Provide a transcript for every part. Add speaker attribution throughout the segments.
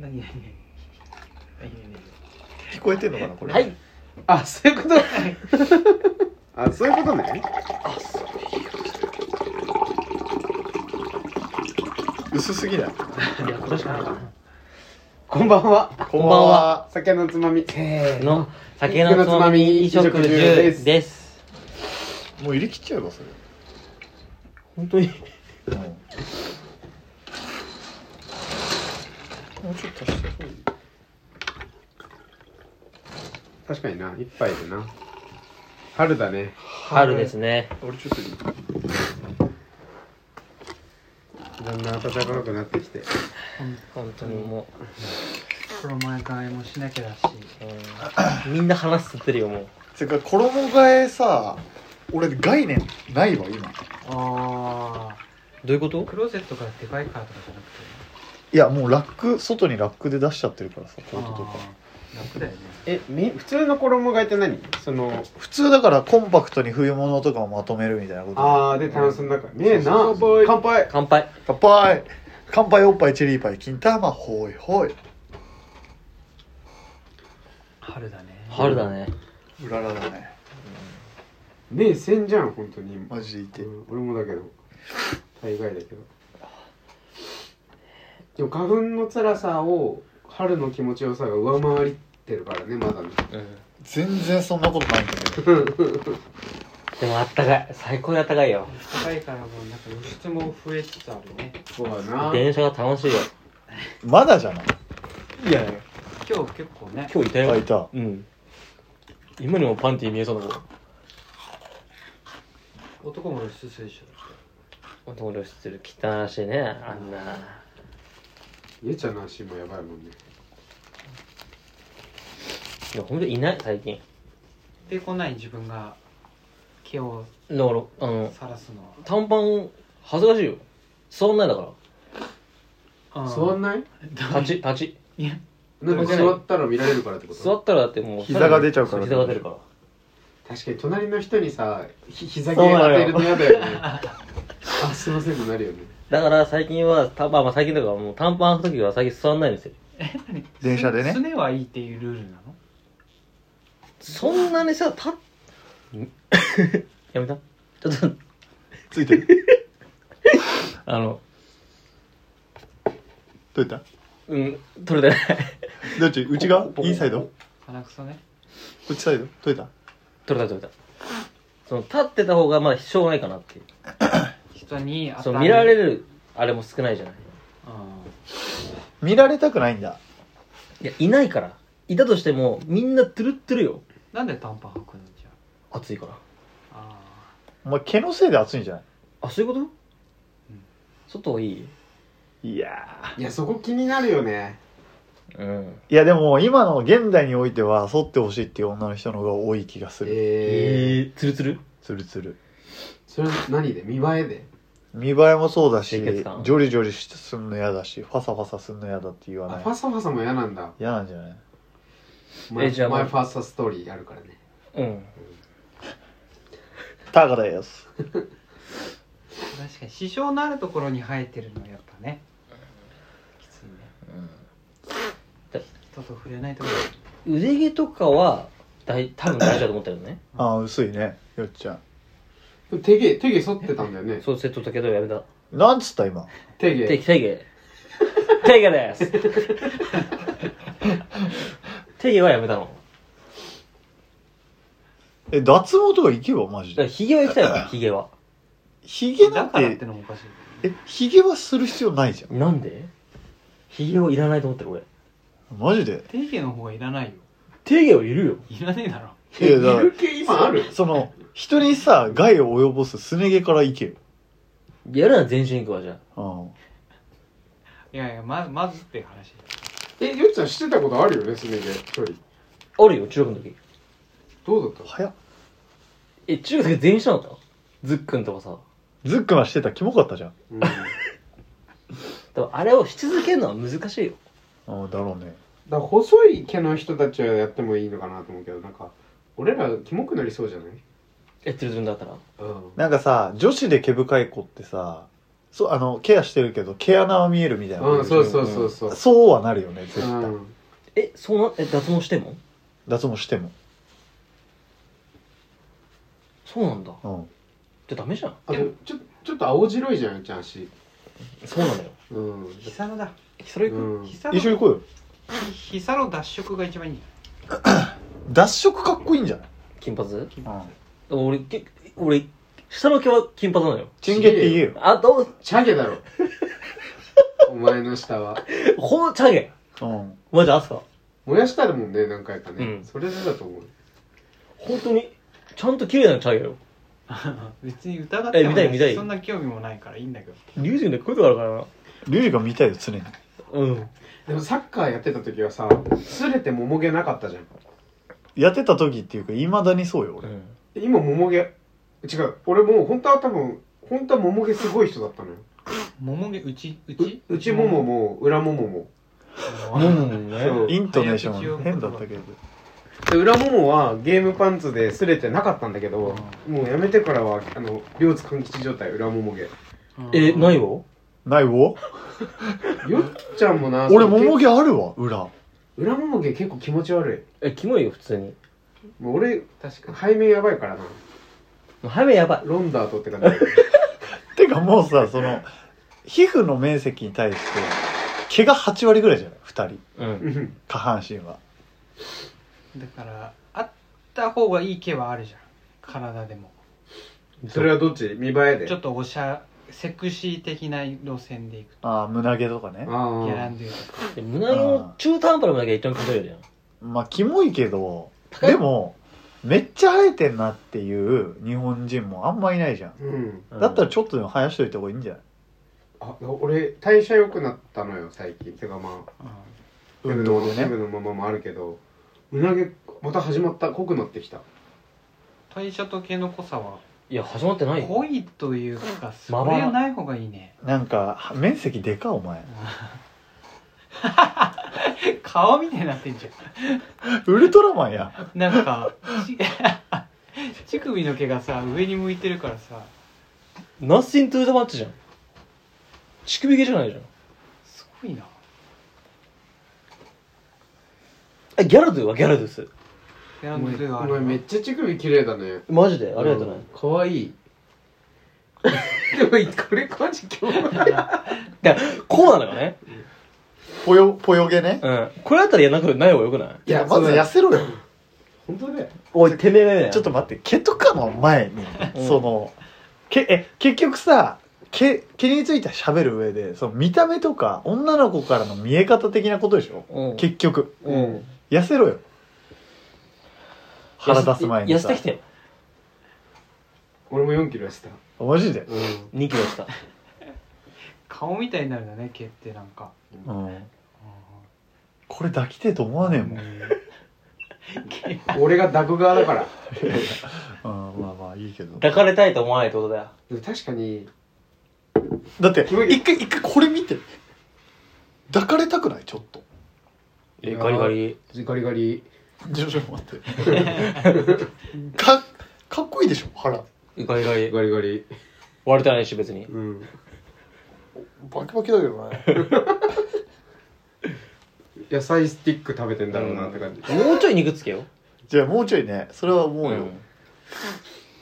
Speaker 1: 何何何何何
Speaker 2: 聞こえてんのかなこれ
Speaker 1: はい
Speaker 3: あ そういうことあそういうことね
Speaker 2: 薄すぎない
Speaker 1: 何いやこれしかないかな
Speaker 3: こんばんは
Speaker 2: こん
Speaker 4: ばんは
Speaker 3: 酒のつまみ
Speaker 4: せーの酒のつまみ飲食中
Speaker 3: です
Speaker 4: です
Speaker 2: もう入りきっちゃえばそれ
Speaker 4: 本当に
Speaker 2: もうちょっと足してそう
Speaker 3: 確かにな一杯でな春だね
Speaker 4: 春ですね
Speaker 2: 俺ちょっといい
Speaker 3: だんだん暖かくなってきて
Speaker 4: 本当にも
Speaker 1: 衣替えもしなきゃだし
Speaker 4: う、うんみんな話すってるよもう
Speaker 2: てか衣替えさ俺概念ないわ今
Speaker 1: ああ
Speaker 4: どういうこと
Speaker 1: クローゼットがでかいからとかじゃなくて
Speaker 2: いやもうラック外にラックで出しちゃってるからさコートとか
Speaker 1: あー楽だよね
Speaker 3: えみ普通の衣替えって何その
Speaker 2: 普通だからコンパクトに冬物とかをまとめるみたいなこと
Speaker 3: ああでタンスの中ねえな
Speaker 2: そうそう
Speaker 3: 乾杯
Speaker 4: 乾杯
Speaker 2: 乾杯乾杯おっぱいチェリーパイ金玉ほいほい
Speaker 1: 春だね
Speaker 4: 春だね
Speaker 2: うららだね
Speaker 3: ねえせんじゃん本当に今
Speaker 2: マジでいて
Speaker 3: うん俺もだけど大概だけどでも花粉の辛さを春の気持ちよさが上回ってるからねまだね
Speaker 4: うん
Speaker 2: 全然そんなことないんだけど
Speaker 4: でもあったかい最高にあったかいよ
Speaker 1: 高いからもうなんか露出も増えつつあるね
Speaker 3: そうだな
Speaker 4: 電車が楽しいよ
Speaker 2: まだじゃない
Speaker 4: いや
Speaker 1: 今日結構ね
Speaker 4: 今日いたよ
Speaker 2: あいた
Speaker 4: うん今にもパンティー見えそうな
Speaker 1: 男も露出するでし
Speaker 4: 子男露出する汚らしいねあんな
Speaker 3: ゆうちゃんの足もやばいもんね
Speaker 4: いやほんといない最近
Speaker 1: ょでこない自分が毛を
Speaker 4: だからあの
Speaker 1: さらすの
Speaker 4: 短パン恥ずかしいよ座んないだか
Speaker 1: は
Speaker 3: 座んない
Speaker 4: ら立ち立ち
Speaker 1: いや
Speaker 3: なんか座ったら見られるからってこと
Speaker 4: 座ったらだってもう
Speaker 2: 膝が出ちゃうから
Speaker 4: 膝が出るから
Speaker 3: 確かに隣の人にさひ膝毛当てるの嫌だよね あすいませんってなるよね
Speaker 4: だから最近はたまあまあ最近だからもう短パン履く時は最近座んないんですよ
Speaker 2: 電車でね
Speaker 1: すねはいいっていうルールなの
Speaker 4: そんなに さたやめたちょっと
Speaker 2: ついてる
Speaker 4: あの
Speaker 2: どういった
Speaker 4: うん取れて ない
Speaker 2: どっち内側
Speaker 4: ここ
Speaker 2: インサイドこ
Speaker 1: 鼻くそね
Speaker 2: っちサイドどういった
Speaker 4: 取れた取れたその立ってた方がまあしょうがないかなっていう
Speaker 1: 人に当
Speaker 4: その
Speaker 1: た
Speaker 4: 見られ
Speaker 1: る
Speaker 4: るあれも少ないじゃない
Speaker 1: うん
Speaker 2: 見られたくないんだ
Speaker 4: いやいないからいたとしてもみんなトゥルットゥルよ
Speaker 1: なんで短パン履くのじゃ
Speaker 4: 暑いから
Speaker 1: あ
Speaker 2: お前毛のせいで暑いんじゃな
Speaker 4: あそういうこと、外はいい
Speaker 2: いいや
Speaker 3: いやそこ気になるよね
Speaker 4: うん
Speaker 2: いやでも今の現代においては剃ってほしいっていう女の人の方が多い気がする
Speaker 3: ええ
Speaker 4: えー、ツルツル
Speaker 2: ツルツル
Speaker 3: それ何で見栄えで
Speaker 2: 見栄えもそうだし
Speaker 4: 清潔感
Speaker 2: ジョリジョリしてすんの嫌だしファサファサすんの嫌だって言わ
Speaker 3: あ
Speaker 2: ない
Speaker 3: ファサファサも嫌なんだ
Speaker 2: 嫌なんじゃない
Speaker 3: マイ
Speaker 4: えじゃあ
Speaker 3: マイ
Speaker 4: もう
Speaker 3: ファーストストーリーあるからね
Speaker 4: うん
Speaker 2: タカです
Speaker 1: あ確かに支障のあるところに生えてるのはやっぱねきついね人と触れないところ
Speaker 4: 腕毛とかは大多分大事だと思ったよね
Speaker 2: ああ薄いねよっちゃ
Speaker 3: でも手毛手毛剃ってたんだよね
Speaker 4: そうセットだけどやめた
Speaker 2: んなんつった今
Speaker 3: 手
Speaker 4: 手
Speaker 3: 毛
Speaker 4: 手毛手毛です手毛はやめたの
Speaker 2: え脱毛とか行けばマジ
Speaker 4: だから
Speaker 2: で
Speaker 4: ヒゲは行きたいよ ヒゲは
Speaker 2: ヒゲな
Speaker 1: だ
Speaker 2: ん
Speaker 1: からっててのもおかしい
Speaker 2: えヒゲはする必要ないじゃ
Speaker 4: なんでヒゲはいらないと思ってる俺
Speaker 2: んマジで
Speaker 1: 定義の方がいらないよ
Speaker 4: 手毛はいるよ
Speaker 1: いらねえだろ
Speaker 2: いやだか
Speaker 3: いる毛今ある
Speaker 2: らその人にさ害を及ぼすすね毛から行けよ
Speaker 4: やるなら全身行くわじゃ
Speaker 2: うん
Speaker 1: いやいやままずっていう話
Speaker 3: えゆっちゃんしてたことあるよねすね毛処理
Speaker 4: ああるよ中学の時
Speaker 3: どうだっ
Speaker 2: 早っ
Speaker 4: え中学の時全員したのだったズックンとかさ
Speaker 2: ズックマンしてたキモかったじゃん
Speaker 3: た、うん、だか
Speaker 4: でもあれをし続けるのは難しいよ
Speaker 2: うんだろうね
Speaker 3: ら細い毛の人たちはやってもいいのかなと思うけどなんか俺らキモくなりそうじゃない
Speaker 4: えツルツルだったら
Speaker 3: うん
Speaker 2: なんかさ女子で毛深い子ってさそうあのケアしてるけど毛穴は見えるみたいな、
Speaker 3: うんそうそうそうそう、
Speaker 2: そうはなるよね絶
Speaker 3: う
Speaker 2: 対、
Speaker 3: ん、
Speaker 4: えそうなえ脱毛しても
Speaker 2: 脱毛しても
Speaker 4: そうなんだ
Speaker 2: うん
Speaker 4: じゃあダメじゃん
Speaker 3: あでもちょちょっと青白いじゃんうち足
Speaker 4: そうなのよ
Speaker 3: うん
Speaker 1: ヒサロだ
Speaker 4: それ、
Speaker 3: うん
Speaker 1: ヒサロ
Speaker 2: 一緒に行こうよ
Speaker 1: ヒサロ脱色が一番いいんじ
Speaker 2: 脱色かっこいいんじゃない、
Speaker 4: 金髪
Speaker 2: うん、
Speaker 4: 俺け俺下の毛は金髪なのよ
Speaker 2: チンゲって言えよ、
Speaker 4: あと
Speaker 3: チャゲだ ろお前の下は
Speaker 4: ほんチャゲ
Speaker 2: うん、
Speaker 4: マジ朝
Speaker 3: 燃やしたるもんね何回かね、
Speaker 4: うん
Speaker 3: それでだと思う
Speaker 4: 本当にちゃんと綺麗なチャゲよ
Speaker 1: ゃない別に疑って
Speaker 4: え
Speaker 1: も
Speaker 4: 見たい
Speaker 1: な
Speaker 4: 見たい
Speaker 1: いそんな興味もないからいいんだけど
Speaker 4: リュウジンでこういうとこあるか
Speaker 2: リュウジが見たいよ常に
Speaker 4: らなうん
Speaker 3: でもサッカーやってた時はさすれて桃毛なかったじゃん
Speaker 2: やってた時っていうかいまだにそうよ俺、
Speaker 4: うん
Speaker 3: で今桃毛違う俺もう本当は多分本当は桃毛すごい人だったのよ
Speaker 1: 桃毛うちうち
Speaker 3: う内ももも裏ももも
Speaker 4: もももね
Speaker 3: そう
Speaker 2: イントネーション変だったけど
Speaker 3: で裏ももはゲームパンツですれてなかったんだけど、もうやめてからはあの両津勘吉状態裏もも毛
Speaker 4: えないいよ
Speaker 2: ないわ
Speaker 3: よっちゃんもなそ
Speaker 2: 俺
Speaker 3: の
Speaker 2: 桃毛あるわ裏
Speaker 3: 裏もも毛結構気持ち悪
Speaker 4: えキモいよ普通に
Speaker 3: いもう俺
Speaker 1: 確かに
Speaker 3: 背面やばいからな
Speaker 4: 早めやばい
Speaker 3: ロンダーとって感じ
Speaker 2: てかもうさその皮膚の面積に対して毛が8割ぐらいじゃない2人
Speaker 4: うん
Speaker 3: うん
Speaker 2: 下半身は
Speaker 1: だからあった方がいい毛はあるじゃん体でも
Speaker 3: それはどっち見栄えで
Speaker 1: ちょっとおしゃセクシー的な路線でいく
Speaker 2: ああ胸毛とかね
Speaker 3: あ
Speaker 1: と
Speaker 3: あ
Speaker 1: やらんでるとか
Speaker 4: で胸の中途半端な胸毛が一番気持ち悪いじゃん
Speaker 2: まあキモいけどでもめっちゃ生えてんなっていう日本人もあんまいないじゃん
Speaker 3: うん
Speaker 4: うん
Speaker 2: だったらちょっとでも生やしといた方がいいんじゃない
Speaker 3: あ俺代謝良くなったのよ最近てかまあ
Speaker 2: 運動で
Speaker 3: デブ
Speaker 2: ね
Speaker 3: のままもあるけど胸毛また始まった濃くなってきた
Speaker 1: 代謝と毛の濃さはい
Speaker 4: や始まってないよ
Speaker 1: 濃いというかそ
Speaker 4: まばら
Speaker 1: れはない方がいいね
Speaker 2: なんか面積でかお前
Speaker 1: 顔みたいになってんじゃ
Speaker 2: ウルトラマンや
Speaker 1: んなんかち 乳首の毛がさ上に向いてるからさ
Speaker 4: ナッシントゥーザマッチじゃん乳首毛じゃないじゃん
Speaker 1: すごいな
Speaker 4: えギャラドゥはギャラドゥス
Speaker 1: ペ
Speaker 3: お
Speaker 1: ランドゥ
Speaker 3: 前
Speaker 1: は
Speaker 3: お
Speaker 1: あれ
Speaker 3: 前めっちゃ乳首綺麗だね
Speaker 4: マジでありがとう
Speaker 3: う
Speaker 4: ね
Speaker 3: ん可愛いでもこれマジ今日
Speaker 4: だからこうなのよね
Speaker 2: ぽよぽよ毛ね
Speaker 4: うんこれだったらやんなくない方がよくない
Speaker 2: いやまず痩
Speaker 3: す
Speaker 2: せろよ
Speaker 3: 本当だよ
Speaker 4: おいてめえがや
Speaker 2: ちょっと待って毛とかの前に、
Speaker 4: うん
Speaker 2: そのけえ結局さ毛毛について喋る上でその見た目とか女の子からの見え方的なことでしょ、
Speaker 4: うん
Speaker 2: 結局
Speaker 4: うん
Speaker 2: 痩せろよ腹出す前に
Speaker 4: 痩
Speaker 2: さ
Speaker 4: せてきてよ
Speaker 3: 俺も4キロ痩せた
Speaker 2: あマジで、
Speaker 3: う
Speaker 4: 2キロした
Speaker 1: 顔みたいになるんだね毛ってなんか
Speaker 2: うん、これ抱きてえと思わねえもん、
Speaker 3: ん俺が抱く側だから
Speaker 2: うん、まあまあいいけどだ
Speaker 4: 抱かれたいと思わないってことだよ
Speaker 3: でも確かに
Speaker 2: って一回一回これ見て抱かれたくないちょっと
Speaker 4: えガリガリ
Speaker 3: ガリガリ
Speaker 2: ちょちょ待ってかかっこいいでしょ腹
Speaker 4: ガリガリ
Speaker 3: ガリガリ
Speaker 4: 割れてないし別に
Speaker 3: うん
Speaker 2: バキバキだけどね
Speaker 3: 野菜スティック食べてんだろうなって感じ
Speaker 4: もうちょい肉つけよ
Speaker 2: じゃあもうちょいねそれは思うよ、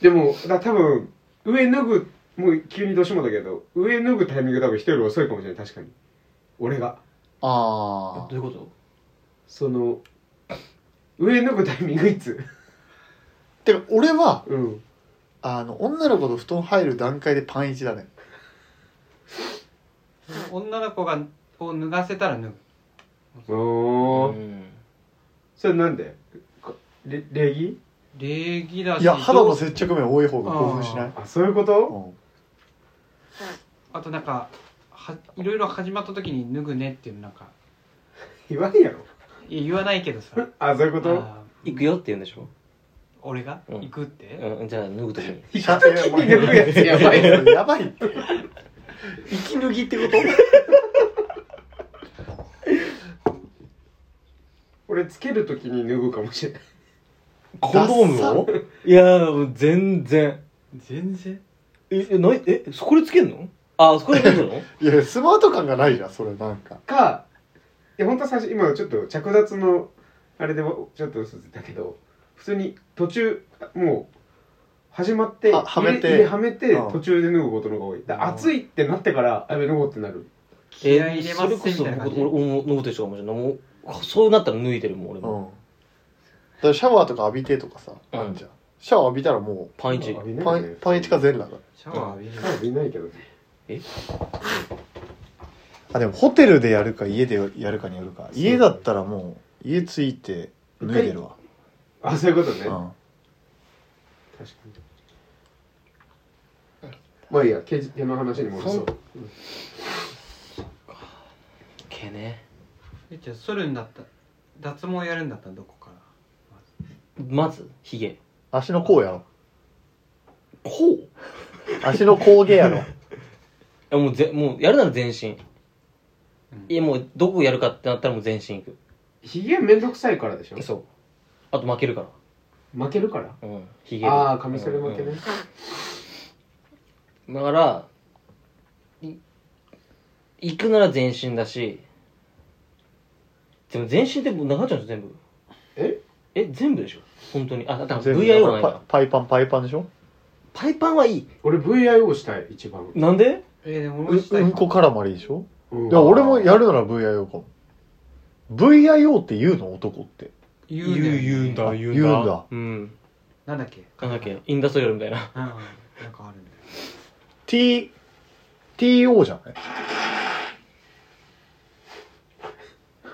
Speaker 3: でもだ多分上脱ぐもう急にどうしてもだけど上脱ぐタイミング多分人より遅いかもしれない確かに俺が
Speaker 2: あ
Speaker 4: どういうこと
Speaker 3: その上脱ぐタイミングいつ
Speaker 2: あてか俺は
Speaker 3: うん
Speaker 2: あの女の子と布団入る段階でパンイチだね
Speaker 1: 女の子がを脱がせたら脱ぐ
Speaker 3: おー
Speaker 4: うん
Speaker 3: それなんでかれ礼儀
Speaker 1: 礼儀だし
Speaker 2: いや肌の
Speaker 1: どう
Speaker 2: 接着面多い方が興奮しない
Speaker 3: あそういうこと
Speaker 2: うん
Speaker 1: あとなんかはいろいろ始まった時に脱ぐねっていうのなんか
Speaker 3: 言わんやろ
Speaker 1: いや言わないけどさ
Speaker 3: あそういうこと
Speaker 1: あー
Speaker 4: 行くよって言うんでしょ
Speaker 1: 俺が
Speaker 4: うん
Speaker 1: 行くって、
Speaker 4: うんじゃあ脱ぐときに
Speaker 3: 行く時に脱ぐやつやばいよ
Speaker 2: やばいって息脱ぎってこと
Speaker 3: 俺つける時に脱ぐかもしれない
Speaker 4: コンドームをいやーもう全然
Speaker 1: 全然
Speaker 4: ええないえそこでつけんのあ、そこで見るの
Speaker 2: いやスマート感がないじゃんそれなんか
Speaker 3: かいや本当は最初今ちょっと着脱のあれでもちょっと嘘ついたけど普通に途中もう始まって
Speaker 2: あはめ
Speaker 3: 入
Speaker 2: て
Speaker 3: れ入れはめて
Speaker 2: うん
Speaker 3: 途中で脱ぐことの方が多いだから
Speaker 2: うん
Speaker 3: 暑いってなってからあやべ脱ごうってなる
Speaker 1: 気合い入れま
Speaker 4: それ
Speaker 1: す
Speaker 4: こ
Speaker 1: み
Speaker 4: そ
Speaker 1: たいな感
Speaker 4: 僕
Speaker 1: じ
Speaker 4: 俺俺もノーテーションかもしれないもうそうなったら脱いでるもん俺
Speaker 2: う
Speaker 4: も、
Speaker 2: んだからシャワーとか浴びてとかさ
Speaker 4: うん
Speaker 2: あんじゃんシャワー浴びたらも
Speaker 4: パンイチ
Speaker 3: あ浴
Speaker 2: う
Speaker 3: びな
Speaker 2: パ
Speaker 3: いよね
Speaker 2: ンパンイチか全裸だ
Speaker 1: シャワー浴びる
Speaker 3: あ浴びないけどね
Speaker 2: あでもホテルでやるか家でやるかによるか家だったらもう家着いて脱いでるわ、
Speaker 3: あそういうことね
Speaker 2: う
Speaker 3: 確か
Speaker 2: ん、
Speaker 3: にまあいいや毛毛の話に戻そう
Speaker 4: 毛ね
Speaker 1: えじゃあ剃るんだった脱毛やるんだったらどこから
Speaker 4: まずヒゲ
Speaker 2: 足の甲やろ
Speaker 4: こう
Speaker 2: 足の甲毛や ろ
Speaker 4: いやもうぜもうやるなら全身
Speaker 1: うん
Speaker 4: いやもうどこやるかってなったらもう全身いく
Speaker 3: ひげめんどくさいからでしょ
Speaker 4: そうあと負けるか
Speaker 3: 負けるから
Speaker 4: らうんヒゲで
Speaker 3: ああカミソリ負けね、
Speaker 4: うんだからい行くなら全身だしでも全身ってもう長っちゃうんですよ全部
Speaker 3: え
Speaker 4: え全部でしょ本当にあだから
Speaker 2: 全部
Speaker 4: VIO がない
Speaker 2: パ
Speaker 4: な
Speaker 2: パイパンパイパンでしょ
Speaker 4: パイパンはいい
Speaker 3: 俺 VIO したい一番、
Speaker 4: なんで
Speaker 1: えー、でも
Speaker 2: う
Speaker 1: 俺もしたいか
Speaker 2: うんこ絡まりでしょ
Speaker 3: うん
Speaker 2: いや俺もやるなら VIO かも VIO って言うの男って
Speaker 1: 言うね
Speaker 4: んだ
Speaker 2: 言
Speaker 4: 言
Speaker 2: う
Speaker 4: うん
Speaker 2: だ
Speaker 4: んだうん
Speaker 1: なんだっけ
Speaker 4: なんだっけインダストリアルみたいな
Speaker 1: うんなんかあるんだよ
Speaker 2: T TO じゃない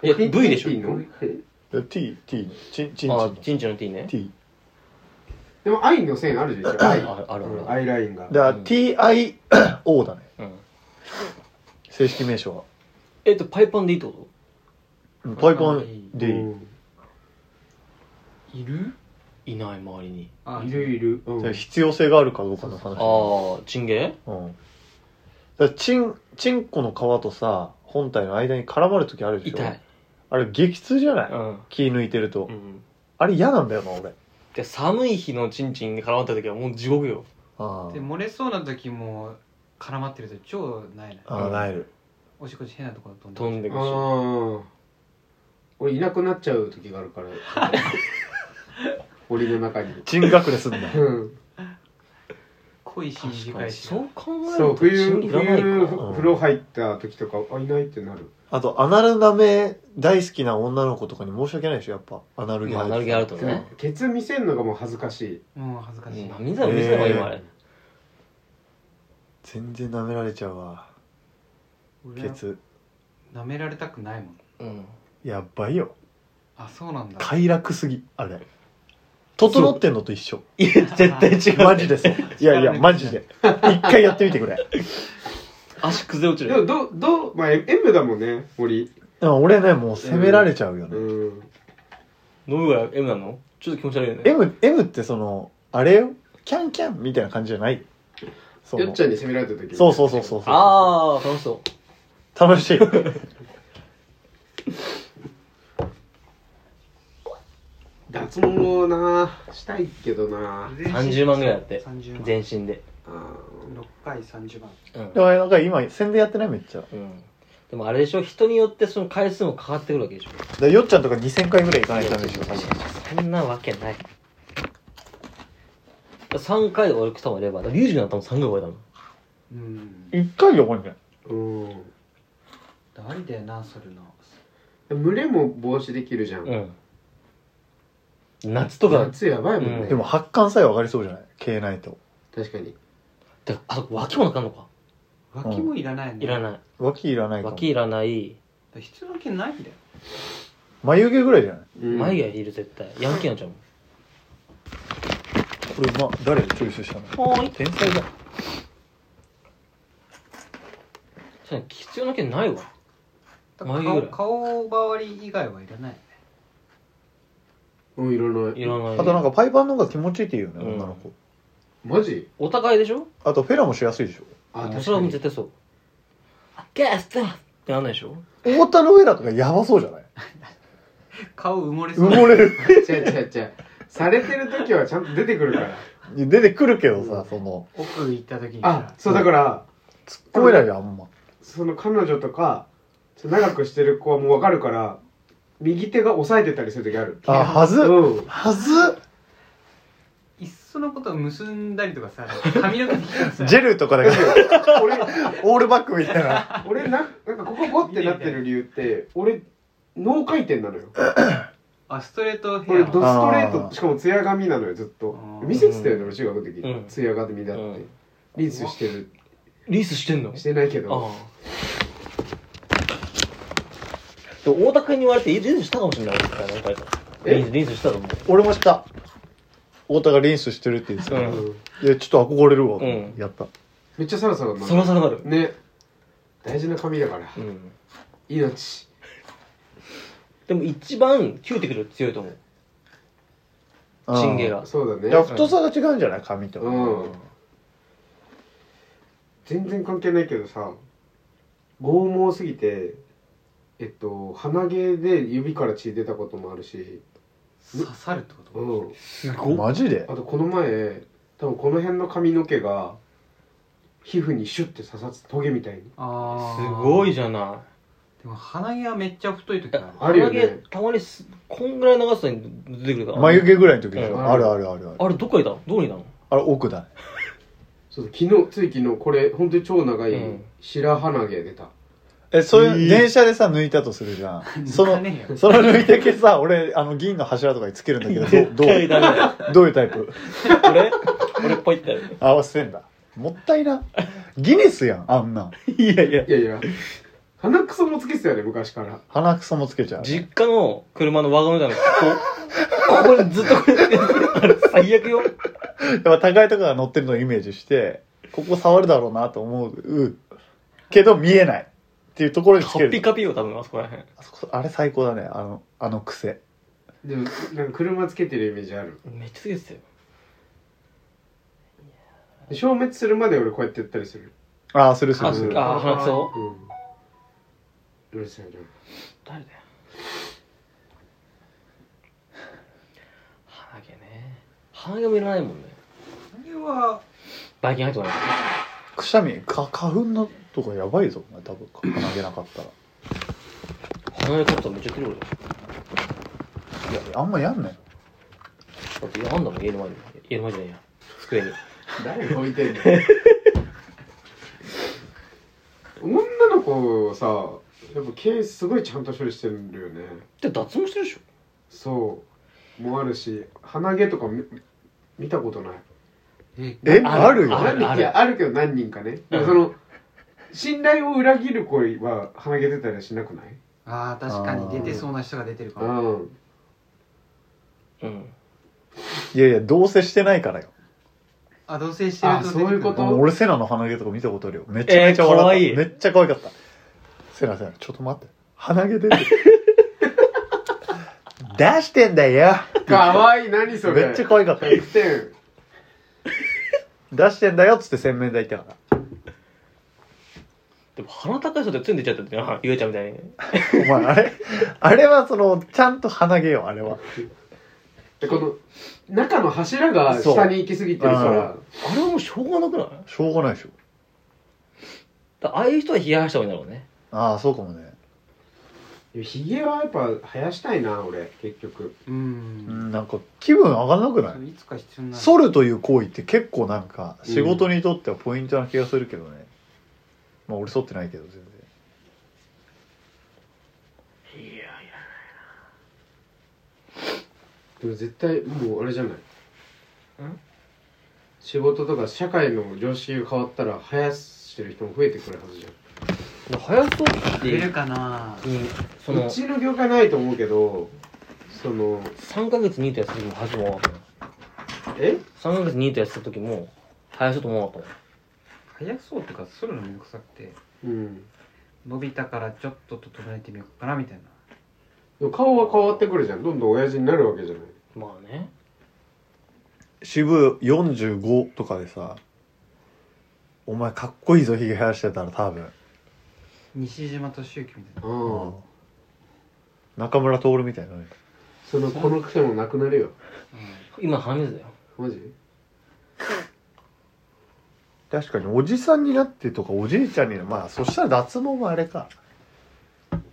Speaker 4: いや V でしょ
Speaker 3: いいのえ
Speaker 2: いや T T チンチンチ
Speaker 4: あ
Speaker 2: ン
Speaker 4: チンチンの T ね
Speaker 2: T
Speaker 3: でも愛の線あるでしょ愛
Speaker 4: ああるある
Speaker 3: うんアイラインが
Speaker 2: だから TIO だね
Speaker 4: うん
Speaker 2: 正式名称は
Speaker 4: えっとパイパンでいいってこ
Speaker 2: うんパイパンでいい
Speaker 3: うん
Speaker 1: いる
Speaker 4: といない周りに
Speaker 1: あ
Speaker 3: いるいる、うん
Speaker 2: じゃあ必要性があるかどうかの話
Speaker 4: ああチンゲ
Speaker 2: うんだからチンチンコの皮とさ本体の間に絡まる時あるでしょ
Speaker 4: 痛い
Speaker 2: あれ激痛じゃない
Speaker 4: うん
Speaker 2: 気抜いてると、
Speaker 4: うん
Speaker 2: あれ嫌なんだよな俺
Speaker 4: で寒い日のチンチンに絡まった時はもう地獄よ
Speaker 2: あ
Speaker 1: で漏れそうな時も絡まってると超ないな
Speaker 2: あああなえる
Speaker 1: おしっこち変なところ飛んで
Speaker 4: 飛んでくし
Speaker 3: ああ俺いなくなっちゃう時があるから檻の中に
Speaker 2: チン隠れすんな
Speaker 3: うん
Speaker 1: 濃いし
Speaker 4: 確
Speaker 1: 短
Speaker 4: か
Speaker 1: い
Speaker 4: に
Speaker 1: し
Speaker 4: そう考え
Speaker 3: そう
Speaker 4: るとチ
Speaker 3: 冬
Speaker 4: ンいらない
Speaker 3: 冬
Speaker 4: か
Speaker 2: うん
Speaker 3: 風呂入った時とかあいないってなる
Speaker 2: あとアナル舐め大好きな女の子とかに申し訳ないでしょやっぱアナルギー
Speaker 4: まあアナルギーあるとね
Speaker 3: ケツ見せんのがもう恥ずかしい
Speaker 1: もう恥ずかしい、
Speaker 4: うん涙を見せればいいわあれ
Speaker 2: 全然舐められちゃうわ
Speaker 1: 俺
Speaker 2: ケ
Speaker 1: は
Speaker 2: ツ
Speaker 1: 舐められたくないもん
Speaker 4: うん
Speaker 2: やばいよ
Speaker 1: あそうなんだ
Speaker 2: 快楽すぎあれ整ってんのと一緒
Speaker 4: いや絶対違う
Speaker 2: マジですいやいやマジで一回やってみてくれ
Speaker 4: 足崩れ落ち
Speaker 3: で
Speaker 4: る
Speaker 3: もどうどうまあ M だもんね森
Speaker 2: でも俺ねもう責められちゃうよね、
Speaker 3: うん
Speaker 4: ノブが M なのちょっと気持ち悪いよね
Speaker 2: M, M ってそのあれよキャンキャンみたいな感じじゃないその
Speaker 3: よっちゃんに責められた時
Speaker 2: そうそうそうそうそう
Speaker 4: ああ楽しそう
Speaker 2: 楽しい
Speaker 3: 脱毛なしたいけどな
Speaker 4: 30万ぐらいだって
Speaker 1: 30万
Speaker 4: 全身で
Speaker 3: あ
Speaker 1: 6回30万
Speaker 4: うん
Speaker 2: でもなんか今宣伝やってないめっちゃ
Speaker 4: うんでもあれでしょ人によってその回数も変わってくるわけでしょ
Speaker 2: でよっちゃんとか2000回ぐらい行かないとダメでしょ多分
Speaker 4: そんなわけない3回で終わる人もいればリュウジの頭3回終われたの
Speaker 1: うん
Speaker 2: 1回で終わんじゃん
Speaker 3: ーうん
Speaker 1: ありだよなそれの
Speaker 3: 群れも防止できるじゃん、
Speaker 4: うん夏とか
Speaker 3: 夏やばいもんね、
Speaker 2: でも発汗さえ分かりそうじゃない消えないと
Speaker 3: 確かに
Speaker 4: だあと脇もなかんのか
Speaker 1: 脇もいらないね
Speaker 4: いらない
Speaker 2: 脇いらないかも
Speaker 4: 脇いらない
Speaker 1: い必要な件ないんだよ
Speaker 2: 眉毛ぐらいじゃない
Speaker 3: うん
Speaker 4: 眉毛いる絶対ヤンキーになっちゃう
Speaker 2: これ、ま、誰がチョイスしたの
Speaker 4: もんはーい
Speaker 2: 天才だ
Speaker 4: 確かに必要な件ないわ
Speaker 1: だから
Speaker 4: 眉毛ぐら
Speaker 1: 顔
Speaker 4: い
Speaker 1: 顔周り以外はいらないよね
Speaker 3: うんいらない
Speaker 4: いらない
Speaker 2: あとなんかパイパンの方が気持ちいいって言うよね、
Speaker 4: うん
Speaker 2: 女の子
Speaker 3: マジ
Speaker 4: お互いでしょ
Speaker 2: あとフェラもしやすいでしょ
Speaker 3: あ確か
Speaker 4: それはもう
Speaker 3: に
Speaker 4: 絶対そうゲストってなんないでしょ
Speaker 2: 太田のフェラとかやばそうじゃない
Speaker 1: 顔埋もれそ
Speaker 2: 埋
Speaker 1: う
Speaker 2: もれる
Speaker 3: 違う違う違うされてる時はちゃんと出てくるから
Speaker 2: 出てくるけどさその
Speaker 1: 奥行った時に
Speaker 3: あ
Speaker 1: さ
Speaker 3: そうだから
Speaker 2: 突っ込めないよあんま
Speaker 3: その彼女とかちょっと長くしてる子はもうわかるから右手が押さえてたりする時ある
Speaker 2: あはず
Speaker 3: うん
Speaker 2: はず
Speaker 1: いっそのことを結んだりとかさ髪の毛切った らさ
Speaker 2: ジェルとかだけど
Speaker 3: 俺
Speaker 2: オールバックみたいな
Speaker 3: 俺ななんかここゴってなってる理由って俺脳回転なのよ
Speaker 1: あストレートヘ
Speaker 3: 俺
Speaker 1: ア
Speaker 3: ドス
Speaker 1: は
Speaker 3: トレー
Speaker 2: あー
Speaker 3: トしかも艶髪なのよずっと
Speaker 1: あー
Speaker 3: 見せてたよね俺中学の時
Speaker 4: うん
Speaker 3: 艶髪だって、
Speaker 4: うん
Speaker 3: リンスしてる
Speaker 4: リースしてんの
Speaker 3: してないけ
Speaker 4: あ
Speaker 3: ど
Speaker 4: あでも大田君に言われてリースしたかもしれないですから何回か
Speaker 3: え
Speaker 4: リースリースしたと思う
Speaker 2: 俺もした太田がリンスしてるって言ってた、
Speaker 4: う
Speaker 3: うんん
Speaker 2: いやちょっと憧れるわ、
Speaker 4: うん
Speaker 2: やった
Speaker 3: めっちゃサラサラなの
Speaker 4: サラサラなる
Speaker 3: ね大事な髪だから
Speaker 4: うん
Speaker 3: 命
Speaker 4: でも一番キューティクル強いと思うチンゲが
Speaker 3: そうだ
Speaker 2: いや
Speaker 3: ね
Speaker 2: 太さが違うんじゃない髪と、
Speaker 3: うん全然関係ないけどさ剛毛すぎてえっと鼻毛で指から血出たこともあるし
Speaker 1: 刺さるってこと、
Speaker 3: うん
Speaker 4: す
Speaker 2: マジで
Speaker 3: あとこの前多分この辺の髪の毛が皮膚にシュッて刺さってトゲみたいに
Speaker 1: あ
Speaker 4: すごい
Speaker 1: じ
Speaker 4: じゃな
Speaker 1: ゃんでも鼻毛はめっちゃ太い時ある
Speaker 3: あるよね
Speaker 4: 鼻毛たまにすこんぐらい長さに出てくるから
Speaker 2: 眉毛ぐらいの時でしょ、
Speaker 4: うん
Speaker 2: あるあるあるある
Speaker 4: あれどっかいたのどこにいたの
Speaker 2: あれ奥だね
Speaker 3: そうそう昨日つい昨日これ本当に超長い
Speaker 4: うん
Speaker 3: 白鼻毛出た、
Speaker 2: えそういう、
Speaker 4: えー
Speaker 2: 電車でさ抜いたとするじゃ んその
Speaker 1: 抜かねえよ
Speaker 2: その抜いた毛さ俺あの銀の柱とかにつけるんだけどどうど
Speaker 4: 絶対ダメだよ
Speaker 2: うどういうタイプ
Speaker 4: 俺俺ポイってやる
Speaker 2: 合わせんだもったいなギネスやんあんなん
Speaker 4: いやいや
Speaker 3: いやいや鼻くそもつけてたよね昔から
Speaker 2: 鼻くそもつけちゃう
Speaker 4: 実家の車のワゴンみたいなここここにずっとこうやってあれ最悪よ
Speaker 2: やっぱ高いとこが乗ってるのをイメージしてここ触るだろうなと思うけど見えないっていうところにつ
Speaker 4: カ
Speaker 2: け
Speaker 4: ピ
Speaker 2: る
Speaker 4: カピよ多分あそこらへん
Speaker 2: あそこあれ最高だねあのあの癖
Speaker 3: でもなんか車つけてるイメージある
Speaker 4: めっちゃ好きですよ
Speaker 3: で消滅するまで俺こうやってやったりする
Speaker 2: ああするする
Speaker 4: ああ
Speaker 2: す
Speaker 3: う
Speaker 2: る
Speaker 3: ん
Speaker 4: 鼻くそ
Speaker 3: うんうるさいな
Speaker 4: 誰だよ鼻毛ね鼻毛もいらないもんね
Speaker 1: 鼻毛は
Speaker 4: バイキン入ってこない
Speaker 2: くしゃみか花粉のとかやばいぞお前多分鼻毛なかったら
Speaker 4: 鼻毛カットめっちゃ切れる
Speaker 2: いやあんまやんない
Speaker 4: だってやんだもん家の前に家の前じゃないや机に
Speaker 3: 誰が置いてんの女の子さやっぱ毛すごいちゃんと処理してるよね
Speaker 4: で脱毛してるでしょ
Speaker 3: そうもあるし鼻毛とかみ見たことない
Speaker 1: え
Speaker 2: え
Speaker 4: あ
Speaker 2: あ
Speaker 4: る
Speaker 2: る
Speaker 4: あ
Speaker 2: よ
Speaker 4: る
Speaker 3: いやあるけど何人かね、でもその信頼を裏切る子は鼻毛出たりはしなくない
Speaker 1: あー確かに出てそうな人が出てるか
Speaker 3: う
Speaker 1: も
Speaker 3: ん
Speaker 4: うん
Speaker 2: いやいやどうせしてないからよ
Speaker 1: あ同棲してると出
Speaker 3: あそ
Speaker 1: てくる
Speaker 3: ういうこと
Speaker 2: 俺セナの鼻毛とか見たことあるよめちゃめちゃ
Speaker 4: えー
Speaker 2: 笑った、
Speaker 4: 可愛い
Speaker 2: めっちゃ可愛かったセナセナちょっと待って鼻毛出てる 出してんだよ
Speaker 3: かわいい何それ
Speaker 2: めっちゃ可愛かった
Speaker 3: 100点
Speaker 2: 出してんだよっつって洗面台行ったか
Speaker 4: でも鼻高い人ってつんでっちゃったってなゆえちゃんみたいに
Speaker 2: らお前あ れあれはそのちゃんと鼻毛よあれは
Speaker 3: でこの中の柱が下に行き過ぎてるから
Speaker 4: あれはもうしょうがなくないだか
Speaker 2: しょうがないでしょ
Speaker 4: らああいう人は冷やした方がいいんだろうね
Speaker 2: ああそうかもね
Speaker 3: ひげはやっぱ生やしたいな俺結局
Speaker 1: う
Speaker 2: うんんなんか気分上がらなくない
Speaker 1: それいつか必要になる
Speaker 2: 剃るという行為って結構なんか仕事にとってはポイントな気がするけどね、まあ俺剃ってないけど全然
Speaker 4: いやいや
Speaker 3: でも絶対もうあれじゃない仕事とか社会の常識が変わったら生やしてる人も増えてくるはずじゃ
Speaker 4: でも早そうって
Speaker 1: 出
Speaker 4: い
Speaker 1: る
Speaker 4: う
Speaker 1: かな
Speaker 4: そ
Speaker 3: んう
Speaker 4: の
Speaker 3: ちの業界ないと思うけどその
Speaker 4: 3ヶ月ニートやった時も初めは
Speaker 3: え
Speaker 4: 3ヶ月ニートやってた時も林だと思わなかったもん
Speaker 1: 早そうってか剃るのめんどくさくて
Speaker 3: うん
Speaker 1: 伸びたからちょっと整えてみようかなみたいな
Speaker 3: でも顔は変わってくるじゃんどんどん親父になるわけじゃない
Speaker 4: まあね
Speaker 2: 渋45とかでさお前かっこいいぞひげ生やしてたら多分、
Speaker 1: 西島敏行みたいな
Speaker 3: うん
Speaker 2: 中村徹みたいなね
Speaker 3: そのこの癖もなくなるよ
Speaker 4: 今鼻水だよ
Speaker 3: マジ
Speaker 2: 確かにおじさんになってとかおじいちゃんになまあそしたら脱毛もあれか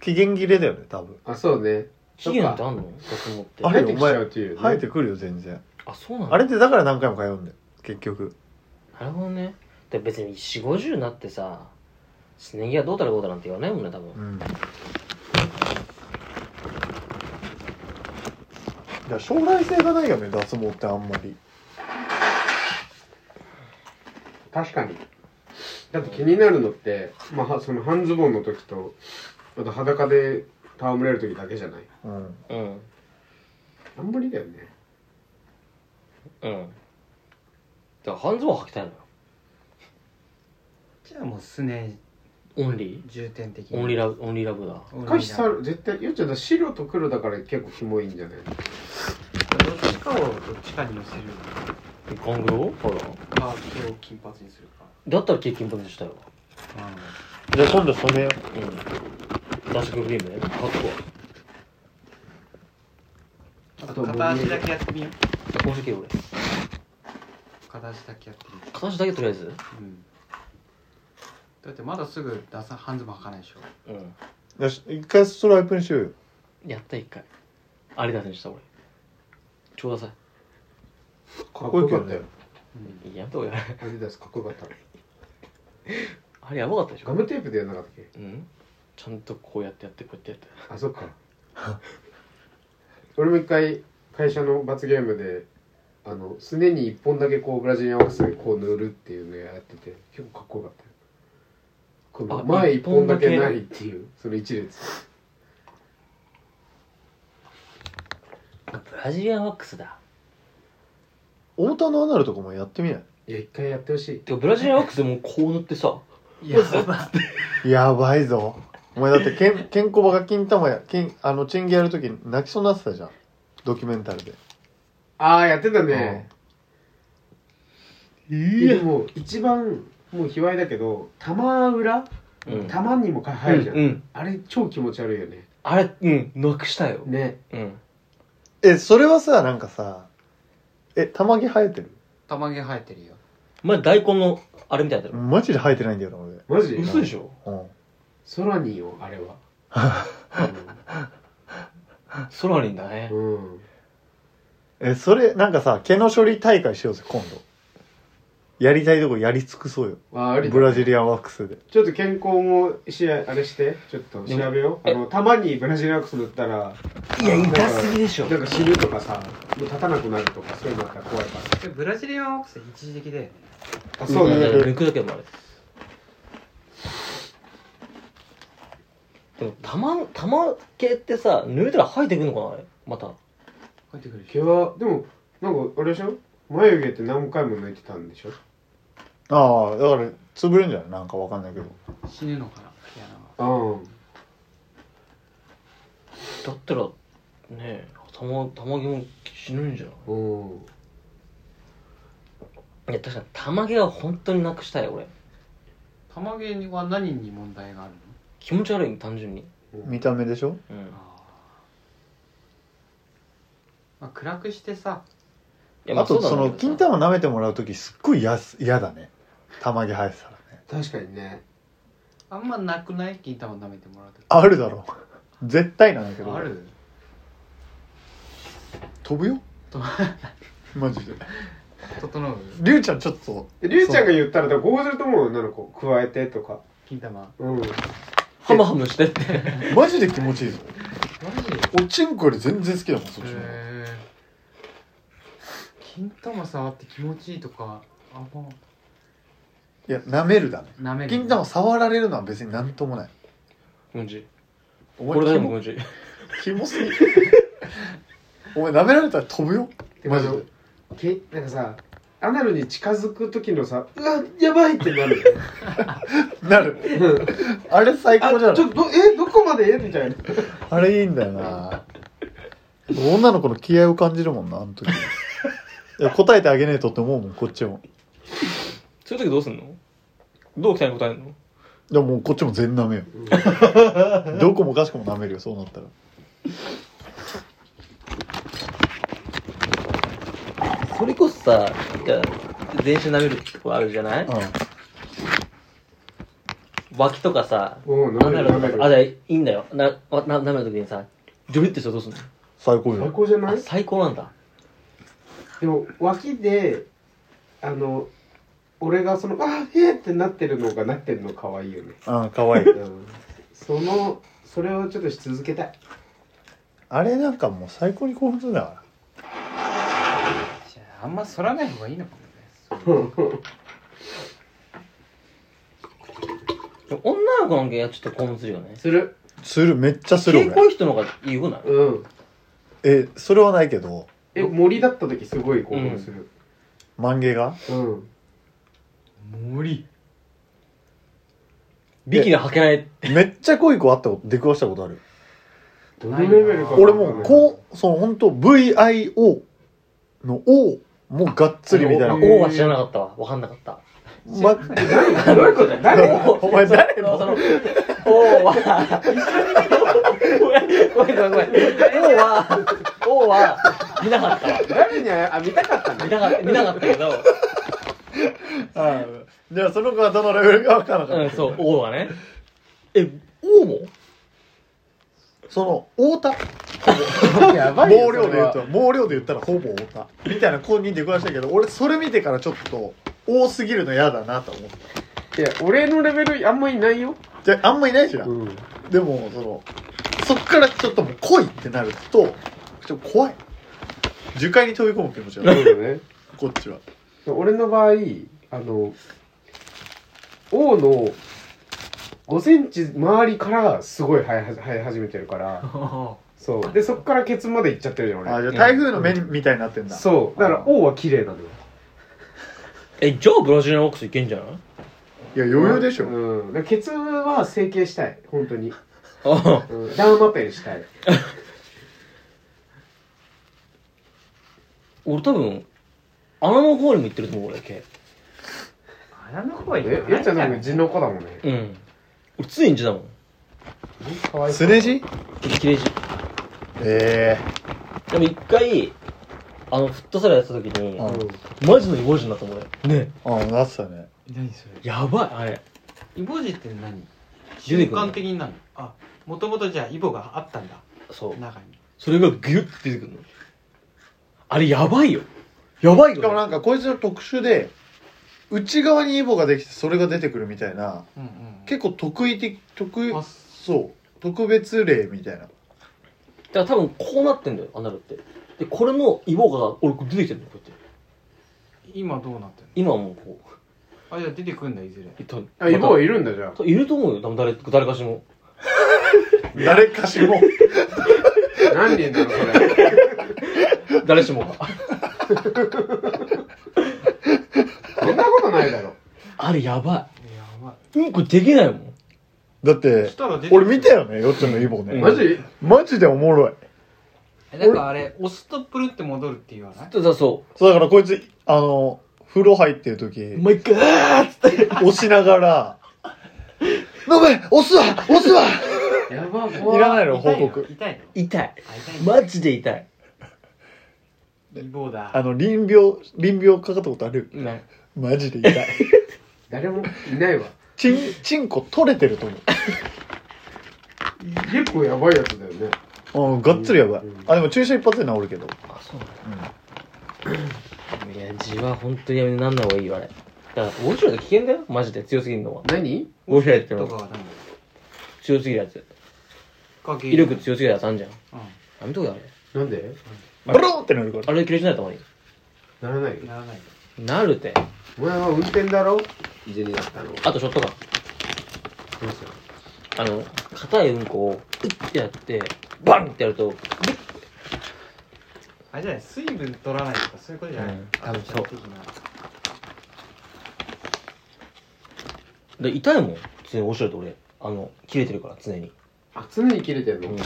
Speaker 2: 期限切れだよね多分
Speaker 3: あ、そうね。
Speaker 4: 期限ってあんの脱毛って
Speaker 2: あれ
Speaker 3: 入ってきちゃうっていう、ね。
Speaker 2: 生えてくるよ全然
Speaker 4: あそうなんだ
Speaker 2: あれってだから何回も通うんだよ結局
Speaker 4: なるほどねで別に4 5 0になってさすね毛がどうたらこうたらなんて言わないもんね多分
Speaker 2: うんだから将来性がないよね脱毛ってあんまり
Speaker 3: 確かに。だって気になるのって、まあは、その半ズボンの時と、あと裸で戯れる時だけじゃない。
Speaker 2: うん
Speaker 4: うん
Speaker 3: あんまりだよね。
Speaker 4: うんだから半ズボン履きたいのよ
Speaker 1: じゃあもうすね
Speaker 4: オンリ
Speaker 1: 重点的
Speaker 4: ー
Speaker 1: に
Speaker 4: オンリーラブオンリーラブだ
Speaker 1: オンリーラ
Speaker 3: 歌詞さ、絶対、ゆうちゃんだ、白と黒だから結構キモいんじゃない
Speaker 1: どっちかをどっちかに寄せる
Speaker 4: ゴングロほら
Speaker 1: か毛を金髪にするか
Speaker 4: だったら経験分でしたよ
Speaker 2: じゃあ今度染めよ
Speaker 4: うん脱色クリームねかっこ
Speaker 1: あ
Speaker 3: と
Speaker 1: と片足だけやってみよう
Speaker 4: 公式俺
Speaker 1: 片足だけやってみよ
Speaker 4: 片足だけとりあえず
Speaker 1: う、うん、だってまだすぐダサ半ズボン履かないでしょ
Speaker 4: うん
Speaker 2: うよし一回ストライプにしようよ
Speaker 4: やった一回有田選手した俺ちょうださ
Speaker 3: か
Speaker 2: っこいいけどね
Speaker 3: かっこよか
Speaker 1: うん
Speaker 4: いいいややめた方がいい
Speaker 3: ったよ。アディダスかっこよかった。
Speaker 4: あれやばかったでし
Speaker 3: ガ
Speaker 4: ょ
Speaker 3: ムテープでやんなかったっけ
Speaker 4: うんちゃんとこうやってやってこうやってやって
Speaker 3: あそっか 俺も一回会社の罰ゲームであのすねに一本だけこうブラジリアンワックスでこう塗るっていうのやってて結構かっこよかったよこの
Speaker 4: あ
Speaker 3: 前一
Speaker 4: 一本
Speaker 3: 本
Speaker 4: だ
Speaker 3: だ
Speaker 4: け
Speaker 3: けないっていうその一列
Speaker 4: ブラジリアンワックスだ
Speaker 2: 太田のアナルとかもやってみない
Speaker 3: や一回やってほしい
Speaker 4: てかブラジリアンワックスでもうこう塗ってさ
Speaker 1: いやそんない
Speaker 2: やばいぞお前だってけんけんこばが金玉や金あのチンギやるとき泣きそうになってたじゃんドキュメンタルで
Speaker 3: ああやってたね
Speaker 2: い
Speaker 3: でも一番もう卑猥だけど玉裏
Speaker 4: うん
Speaker 3: 玉にも入るじゃん、
Speaker 4: うんうん
Speaker 3: あれ超気持ち悪いよね
Speaker 4: あれうんなくしたよ
Speaker 3: ね
Speaker 4: うん
Speaker 2: えそれはさなんかさえ玉毛生えてる
Speaker 1: 玉毛生えてるよ
Speaker 4: 前大根のあれみたいだろ
Speaker 2: マジで生えてないんだよな俺
Speaker 3: マジ
Speaker 4: 嘘でしょ
Speaker 2: うん
Speaker 3: ソラニーよあれ は
Speaker 4: ソラリンだね
Speaker 3: うん、うん
Speaker 2: えそれなんかさ毛の処理大会しようぜ今度やりたいとこやり尽くそうよ
Speaker 3: あありだ
Speaker 2: ブラジリアンワックスで
Speaker 3: ちょっと健康もしあれしてちょっと調べよう
Speaker 4: で
Speaker 3: あの
Speaker 4: も
Speaker 3: たまにブラジルアックス塗ったら
Speaker 4: いや痛すぎでしょ
Speaker 3: なんか死ぬとかさもう立たなくなるとかそういうのあったら怖いか
Speaker 1: でブラジリアンワックス一時的だよね
Speaker 3: らあそうだね、
Speaker 2: ん
Speaker 4: 抜くだけでもあれでも玉玉系ってさ濡れたら生えてくんのかなあれまた
Speaker 1: 生えてくるでし
Speaker 3: 毛
Speaker 1: ょ
Speaker 3: はでもなんかあれでしょ眉毛って何回も抜いてたんでしょ
Speaker 2: ああだから潰れんじゃないなんかわかんないけど
Speaker 1: 死ぬのかな毛穴は
Speaker 3: うん
Speaker 4: だったらねえ玉玉毛も死ぬんじゃない
Speaker 3: うん
Speaker 4: いや確かに玉毛は本当になくしたい俺
Speaker 1: 玉毛には何に問題があるの
Speaker 4: 気持ち悪い単純に
Speaker 2: 見た目でしょ
Speaker 4: うん
Speaker 1: まあ、暗くしてさ
Speaker 4: いやま
Speaker 2: あと
Speaker 4: う
Speaker 2: そ
Speaker 4: なん
Speaker 2: の
Speaker 4: だけど
Speaker 2: 金
Speaker 4: さ
Speaker 2: 玉舐めてもらう時すっごいやす嫌だね玉毛生えてたらね
Speaker 3: 確かにね
Speaker 1: あんまなくない金玉舐めてもらうと
Speaker 2: あるだろう絶対なんだけど
Speaker 1: ある
Speaker 2: 飛ぶよ
Speaker 1: と
Speaker 2: マジで
Speaker 1: 整う
Speaker 2: りゅうちゃんちょっと
Speaker 3: でりゅうちゃんが言ったら多分こうすると思うよ女の子加えてとか
Speaker 1: 金玉
Speaker 3: うん
Speaker 4: ハムハムしてって
Speaker 2: マジで気持ちいいぞ
Speaker 1: マジ
Speaker 2: おちんこより全然好きだもんそっちの方が
Speaker 1: へえ金玉触って気持ちいいとかあんま
Speaker 2: いや舐めるだね
Speaker 1: 舐める
Speaker 2: 金玉触られるのは別になんともない
Speaker 4: うんち
Speaker 2: お
Speaker 4: これだけ
Speaker 2: 前
Speaker 4: で
Speaker 2: キ
Speaker 4: も
Speaker 2: モキモ
Speaker 4: うんち
Speaker 2: すぎ お前舐められたら飛ぶよ
Speaker 3: てか
Speaker 2: マジ
Speaker 3: あ
Speaker 2: で
Speaker 3: のけなんかさアナルに近づく時のさうわやばいってなるよね
Speaker 2: なる
Speaker 3: うん
Speaker 2: あれ最
Speaker 3: あ
Speaker 2: 高じゃ
Speaker 3: ち
Speaker 2: な
Speaker 3: ょ
Speaker 2: い
Speaker 3: っとえどこまでみたいな
Speaker 2: あれいいんだよな女の子の気合を感じるもんなあの時いや答えてあげねえとって思うもんこっちも
Speaker 4: そういう時どうすんのどう期待に応えるの
Speaker 2: でももうこっちも全舐めよどこもかしこも舐めるよそうなったら
Speaker 4: それこそさじゃあ全身舐めるとこあるじゃない、
Speaker 2: う
Speaker 4: 脇とかさ、
Speaker 3: おう
Speaker 4: 舐
Speaker 3: 舐
Speaker 4: め
Speaker 3: め
Speaker 4: る
Speaker 3: る
Speaker 4: と
Speaker 3: 舐
Speaker 4: か
Speaker 3: め
Speaker 4: さ
Speaker 3: る
Speaker 4: あ、じゃあいいんだよ。な、わな舐めるときにさ、ジョリッとしたらどうすんの
Speaker 2: 最高
Speaker 3: 最
Speaker 2: よ
Speaker 3: 高じゃな
Speaker 4: あ
Speaker 3: い
Speaker 4: 最高なんだ。
Speaker 3: でも脇であの俺がそのあーえーってなってるのがなってるの可愛いよね、
Speaker 2: うんかわいい
Speaker 3: うん、そのそれをちょっとし続けたい
Speaker 2: あれなんかもう最高に興奮するんだから
Speaker 1: じゃああんま反らない方がいいのかもね
Speaker 4: でも女の子なんかやっちょっと興奮するよね。
Speaker 3: する
Speaker 2: するめっちゃする
Speaker 4: 結構
Speaker 2: 俺
Speaker 4: いい人の方が言うな。
Speaker 3: うん
Speaker 2: えそれはないけど
Speaker 3: え森だった時すごい興奮する
Speaker 2: 漫画が
Speaker 3: うん、
Speaker 1: 森
Speaker 4: ビキニ履けない。
Speaker 2: めっちゃ濃い子あったこと出くわしたことある
Speaker 3: どのレベルか
Speaker 2: 俺もうこうその本当 VIO の O もうがっつりみたいな
Speaker 3: うん
Speaker 4: O は知らなかったわ。わかんなかった。
Speaker 2: ま
Speaker 3: どういうことだ誰が
Speaker 2: お前誰の
Speaker 4: その、O は、ごめんごめんごめんごめん。O は、O は、見なかったわ。
Speaker 3: 誰にあ見たかったね
Speaker 4: 見なかった、見なかったけど、
Speaker 2: うんじゃあその子はどのレベルか分からなかった
Speaker 4: うん、そう、O はね。え、O も
Speaker 2: その太田
Speaker 3: やばいよ
Speaker 2: 毛量で言う
Speaker 3: それ
Speaker 2: と
Speaker 3: は
Speaker 2: 毛量で言ったらほぼ太田みたいな子に出くわしたけど俺それ見てからちょっと多すぎるの嫌だなと思って
Speaker 3: いや俺のレベルあんまいないよ、
Speaker 2: じゃああんまいないじゃん、
Speaker 3: ん、
Speaker 2: でもそのそっからちょっともう来いってなるとちょっと怖い樹海に飛び込む気持ち
Speaker 3: な
Speaker 2: だ
Speaker 3: るほどね
Speaker 2: こっちは
Speaker 3: 俺の場合あの王の5センチ周りからすごい生えは生え始めてるからそうでそこからケツまで行っちゃってるじゃん
Speaker 2: あ
Speaker 3: 俺
Speaker 2: じゃあ台風の目にみたいになってんだ
Speaker 3: そうだから王は綺麗なのよ
Speaker 4: え、じゃあブラジルのオックスいけんじ ゃない
Speaker 2: いや余裕でしょ、
Speaker 3: うん、だからケツは整形したい本当に、
Speaker 4: あ
Speaker 3: うん、ダーマペンしたい
Speaker 4: 俺多分、穴の方にも行ってると思う、俺、毛。
Speaker 1: 穴の方は
Speaker 3: え
Speaker 1: か
Speaker 3: ゆ
Speaker 1: な
Speaker 3: っ
Speaker 1: い
Speaker 3: ちゃんなんか地の子だもんね
Speaker 4: うん。俺、常に地だもん。
Speaker 3: かわいそ
Speaker 2: す
Speaker 3: う
Speaker 2: ねじ
Speaker 4: 切れ地。
Speaker 2: え
Speaker 4: でも一回、あの、フットサルやってた時に、
Speaker 2: うん
Speaker 4: マジのイボジになったもん、俺。
Speaker 2: え
Speaker 4: ね
Speaker 2: あなってたね
Speaker 1: 何それ
Speaker 4: やばい、あれ。
Speaker 1: イボ痔って何
Speaker 4: 出
Speaker 1: 瞬
Speaker 4: てくる
Speaker 1: 間的になるのあもともとじゃあイボがあったんだ
Speaker 4: そう。
Speaker 1: 中に
Speaker 4: それがギュッて出てくるの。あれ、やばいよ。やばい
Speaker 2: しかも
Speaker 4: よ。
Speaker 2: なんかこいつの特殊で内側にイボができてそれが出てくるみたいな
Speaker 1: うんうん
Speaker 2: 結構特異的特
Speaker 1: あ
Speaker 2: そう特別例みたいな
Speaker 4: だから多分、こうなってんだよ、アナルって。で、これのイボが、俺、出てきてるの、こうやって。
Speaker 1: 今どうなってん
Speaker 4: 今はもう、こう
Speaker 1: のあじゃあ出てくんだいず
Speaker 4: い
Speaker 1: れ
Speaker 4: った。
Speaker 3: あイボはい
Speaker 4: る
Speaker 3: るんだじゃ
Speaker 4: いると思うよ、多分誰、誰かし も。
Speaker 2: 誰かしも
Speaker 3: あ何人なのそれ
Speaker 4: 誰しも が。
Speaker 3: そんなことないだろ
Speaker 4: あれ、やば
Speaker 1: やば
Speaker 4: い。うんこできないもん。
Speaker 2: だっ
Speaker 1: い
Speaker 2: て
Speaker 1: したら出てくる
Speaker 2: 俺見たよねよっちゃんのイボね、
Speaker 4: うん
Speaker 3: マジ
Speaker 2: マジでおもろい
Speaker 1: えなんかあれ押すとプルンって戻るって言わない
Speaker 4: そうそ
Speaker 2: そうだからこいつあの風呂入ってる
Speaker 4: う。
Speaker 2: 時
Speaker 4: もう一回、あーっつって。
Speaker 2: 押しながら「飲め押すわ押すわ!
Speaker 3: やば
Speaker 2: 怖いらないの報告
Speaker 1: 痛いの痛いの
Speaker 4: 痛い。
Speaker 1: あ痛いの
Speaker 4: マジで痛い。
Speaker 1: イボ」
Speaker 2: あ
Speaker 1: だ
Speaker 2: の臨病臨病かかったことある
Speaker 4: ない。
Speaker 2: マジで痛い
Speaker 3: 誰もいないわ
Speaker 2: チンチンコ取れてると思う
Speaker 3: 結構やばいやつだよね
Speaker 2: うん、がっつりやばい
Speaker 3: うん。
Speaker 2: あ、でも注射一発で治るけど。
Speaker 4: あ、そうなんだ。いや、字は本当にやめなんない方がいいよ、あれ。だから、俺らが危険だよ、マジで。強すぎるのは。
Speaker 3: 何
Speaker 4: 俺らやってる
Speaker 1: と
Speaker 4: の
Speaker 1: か
Speaker 4: は。
Speaker 1: は何
Speaker 4: 強すぎるやつ。
Speaker 1: かけ
Speaker 4: 威力強すぎるやつあんじゃん。
Speaker 1: う
Speaker 4: やめとけよ、あれ。
Speaker 3: なんで
Speaker 2: ブローンってなるから。
Speaker 4: あれ、気にしないとまに。
Speaker 3: ならないよ
Speaker 1: んならない
Speaker 4: なるって。
Speaker 3: お前は運転だろいじりだったのど
Speaker 4: あと、ショットガン。
Speaker 3: うしたの
Speaker 4: あの、硬いうんこを、うってやって、バンってやると、
Speaker 1: あれじゃない水分取らないとかそういうことじゃない
Speaker 4: うん多分そう
Speaker 1: あの基本的な
Speaker 4: で痛いもん。常に面白いと俺。あの、切れてるから、常に。
Speaker 3: あ常に切れてんの、
Speaker 4: うん。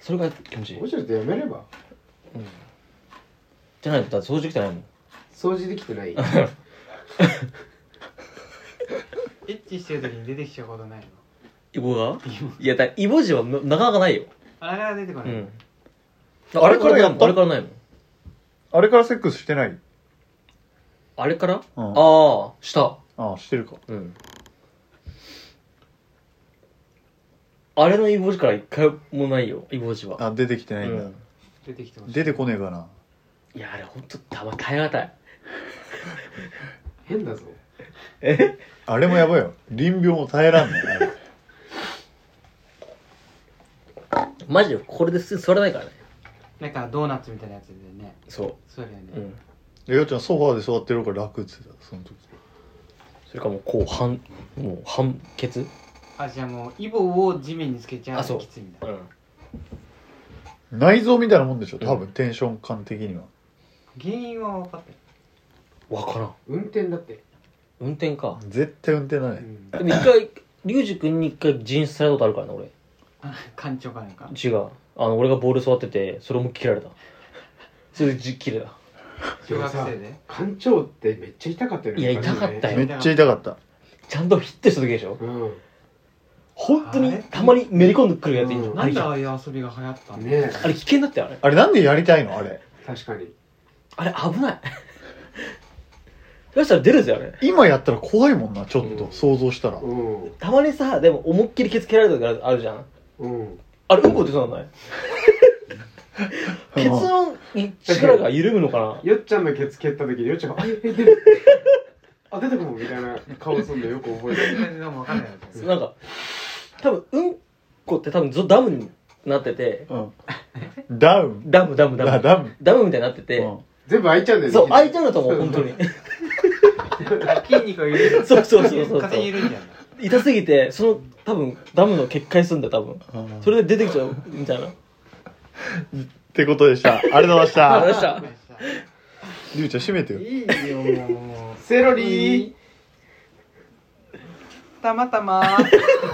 Speaker 4: それが気持ちいい
Speaker 3: もう。ちょっとやめれば
Speaker 4: じゃないと、だって掃除機じゃないもん。
Speaker 3: 掃除できてない
Speaker 1: エッチしてる時に出てきちゃうことないの
Speaker 4: イボがいや、だからイボ字はななかなかないよ。
Speaker 1: あれから出てこない、
Speaker 4: うん。
Speaker 2: あれからやった
Speaker 4: あれからないもん。
Speaker 2: あれからセックスしてない
Speaker 4: あれから
Speaker 2: うんあ
Speaker 4: ああ、した。
Speaker 2: あしてるか
Speaker 4: うん。あれのイボジから一回もないよ、イボジは。
Speaker 2: あ出てきて
Speaker 4: う
Speaker 2: ないんだ、
Speaker 4: ん。
Speaker 1: 出てきてました
Speaker 2: 出てこねえかない
Speaker 4: や、あれほんと、たま、耐え難い。
Speaker 3: 変だぞ
Speaker 4: え
Speaker 2: あれもやばいよ臨病も耐えらんないあ れ
Speaker 4: マジでこれで普通に座れないからね。
Speaker 1: なんかドーナツみたいなやつでね
Speaker 4: そ
Speaker 1: そうだよね、
Speaker 4: う。うん。
Speaker 2: でよっちゃんソファーで座ってるから楽っつってたその時
Speaker 4: それかもう、こう、半、もう、半ケツ
Speaker 1: あじゃあもうイボを地面につけちゃ
Speaker 4: あそう
Speaker 1: うきついんだ
Speaker 4: ん。
Speaker 2: 内臓みたいなもんでしょ多分テンション感的には
Speaker 1: 原因は分かってる
Speaker 4: わからん。
Speaker 3: 運転だって、
Speaker 4: 運転か。
Speaker 2: 絶対運転だ
Speaker 3: う
Speaker 2: ね
Speaker 3: ん
Speaker 4: でも一回、リュウジ君に一回陣出されたことあるからね、俺。
Speaker 1: あ艦長かな んか
Speaker 4: 違う。あの、俺がボール触ってて、それも切られた。それでじ切れた。
Speaker 1: 小学生で
Speaker 3: 艦長ってめっちゃ痛かったよね
Speaker 4: いや痛かったよ
Speaker 2: めっちゃ痛かった
Speaker 4: ちゃんとヒットした時でしょ
Speaker 3: う
Speaker 4: 本当
Speaker 1: あ
Speaker 4: に
Speaker 1: れ
Speaker 4: たまにめり込んでくるやついるじゃ
Speaker 3: うん
Speaker 4: あ
Speaker 1: なん
Speaker 4: れ
Speaker 1: でああいう遊びが流行ったの
Speaker 3: んね
Speaker 4: あれ危険だったよあれ
Speaker 2: あれなんでやりたいのあれ
Speaker 3: 確かに
Speaker 4: あれ危ないそしたら出るぜあれ
Speaker 2: 今やったら怖いもんなちょっと、
Speaker 3: うん
Speaker 2: 想像したら
Speaker 3: うん
Speaker 4: たまにさでも思いっきりケツ蹴られた時あるじゃん
Speaker 3: うん
Speaker 4: あれうんこ出そうなんないケツの力が緩むのかな
Speaker 3: よっちゃんのケツ蹴った時によっちゃんが「あえ出てるあ出てこん」みたいな顔すんのよく覚えてる
Speaker 1: 全然もう分かんないわけ
Speaker 4: なんか多分うんこって多分ずダムになってて
Speaker 2: うんダウン
Speaker 4: ダムダムダ
Speaker 2: あ
Speaker 4: ム
Speaker 2: ダウン
Speaker 4: ダムみたいになってて、
Speaker 2: うん
Speaker 3: 全部開いちゃうんだよね
Speaker 4: そう開いちゃうんだと思う本当に
Speaker 1: 筋肉が緩ん
Speaker 4: そうそうそうそう
Speaker 1: 風に緩んじゃうんだ
Speaker 4: 痛すぎてその多分ダムの決壊すんだよ多分
Speaker 2: うん
Speaker 4: それで出てきちゃうみたいな
Speaker 2: ってことでしたありがとうございまし
Speaker 4: あ
Speaker 2: た
Speaker 4: れした
Speaker 2: りゅうちゃん閉めてよ
Speaker 1: いいよもう
Speaker 3: セロリー
Speaker 1: たまたま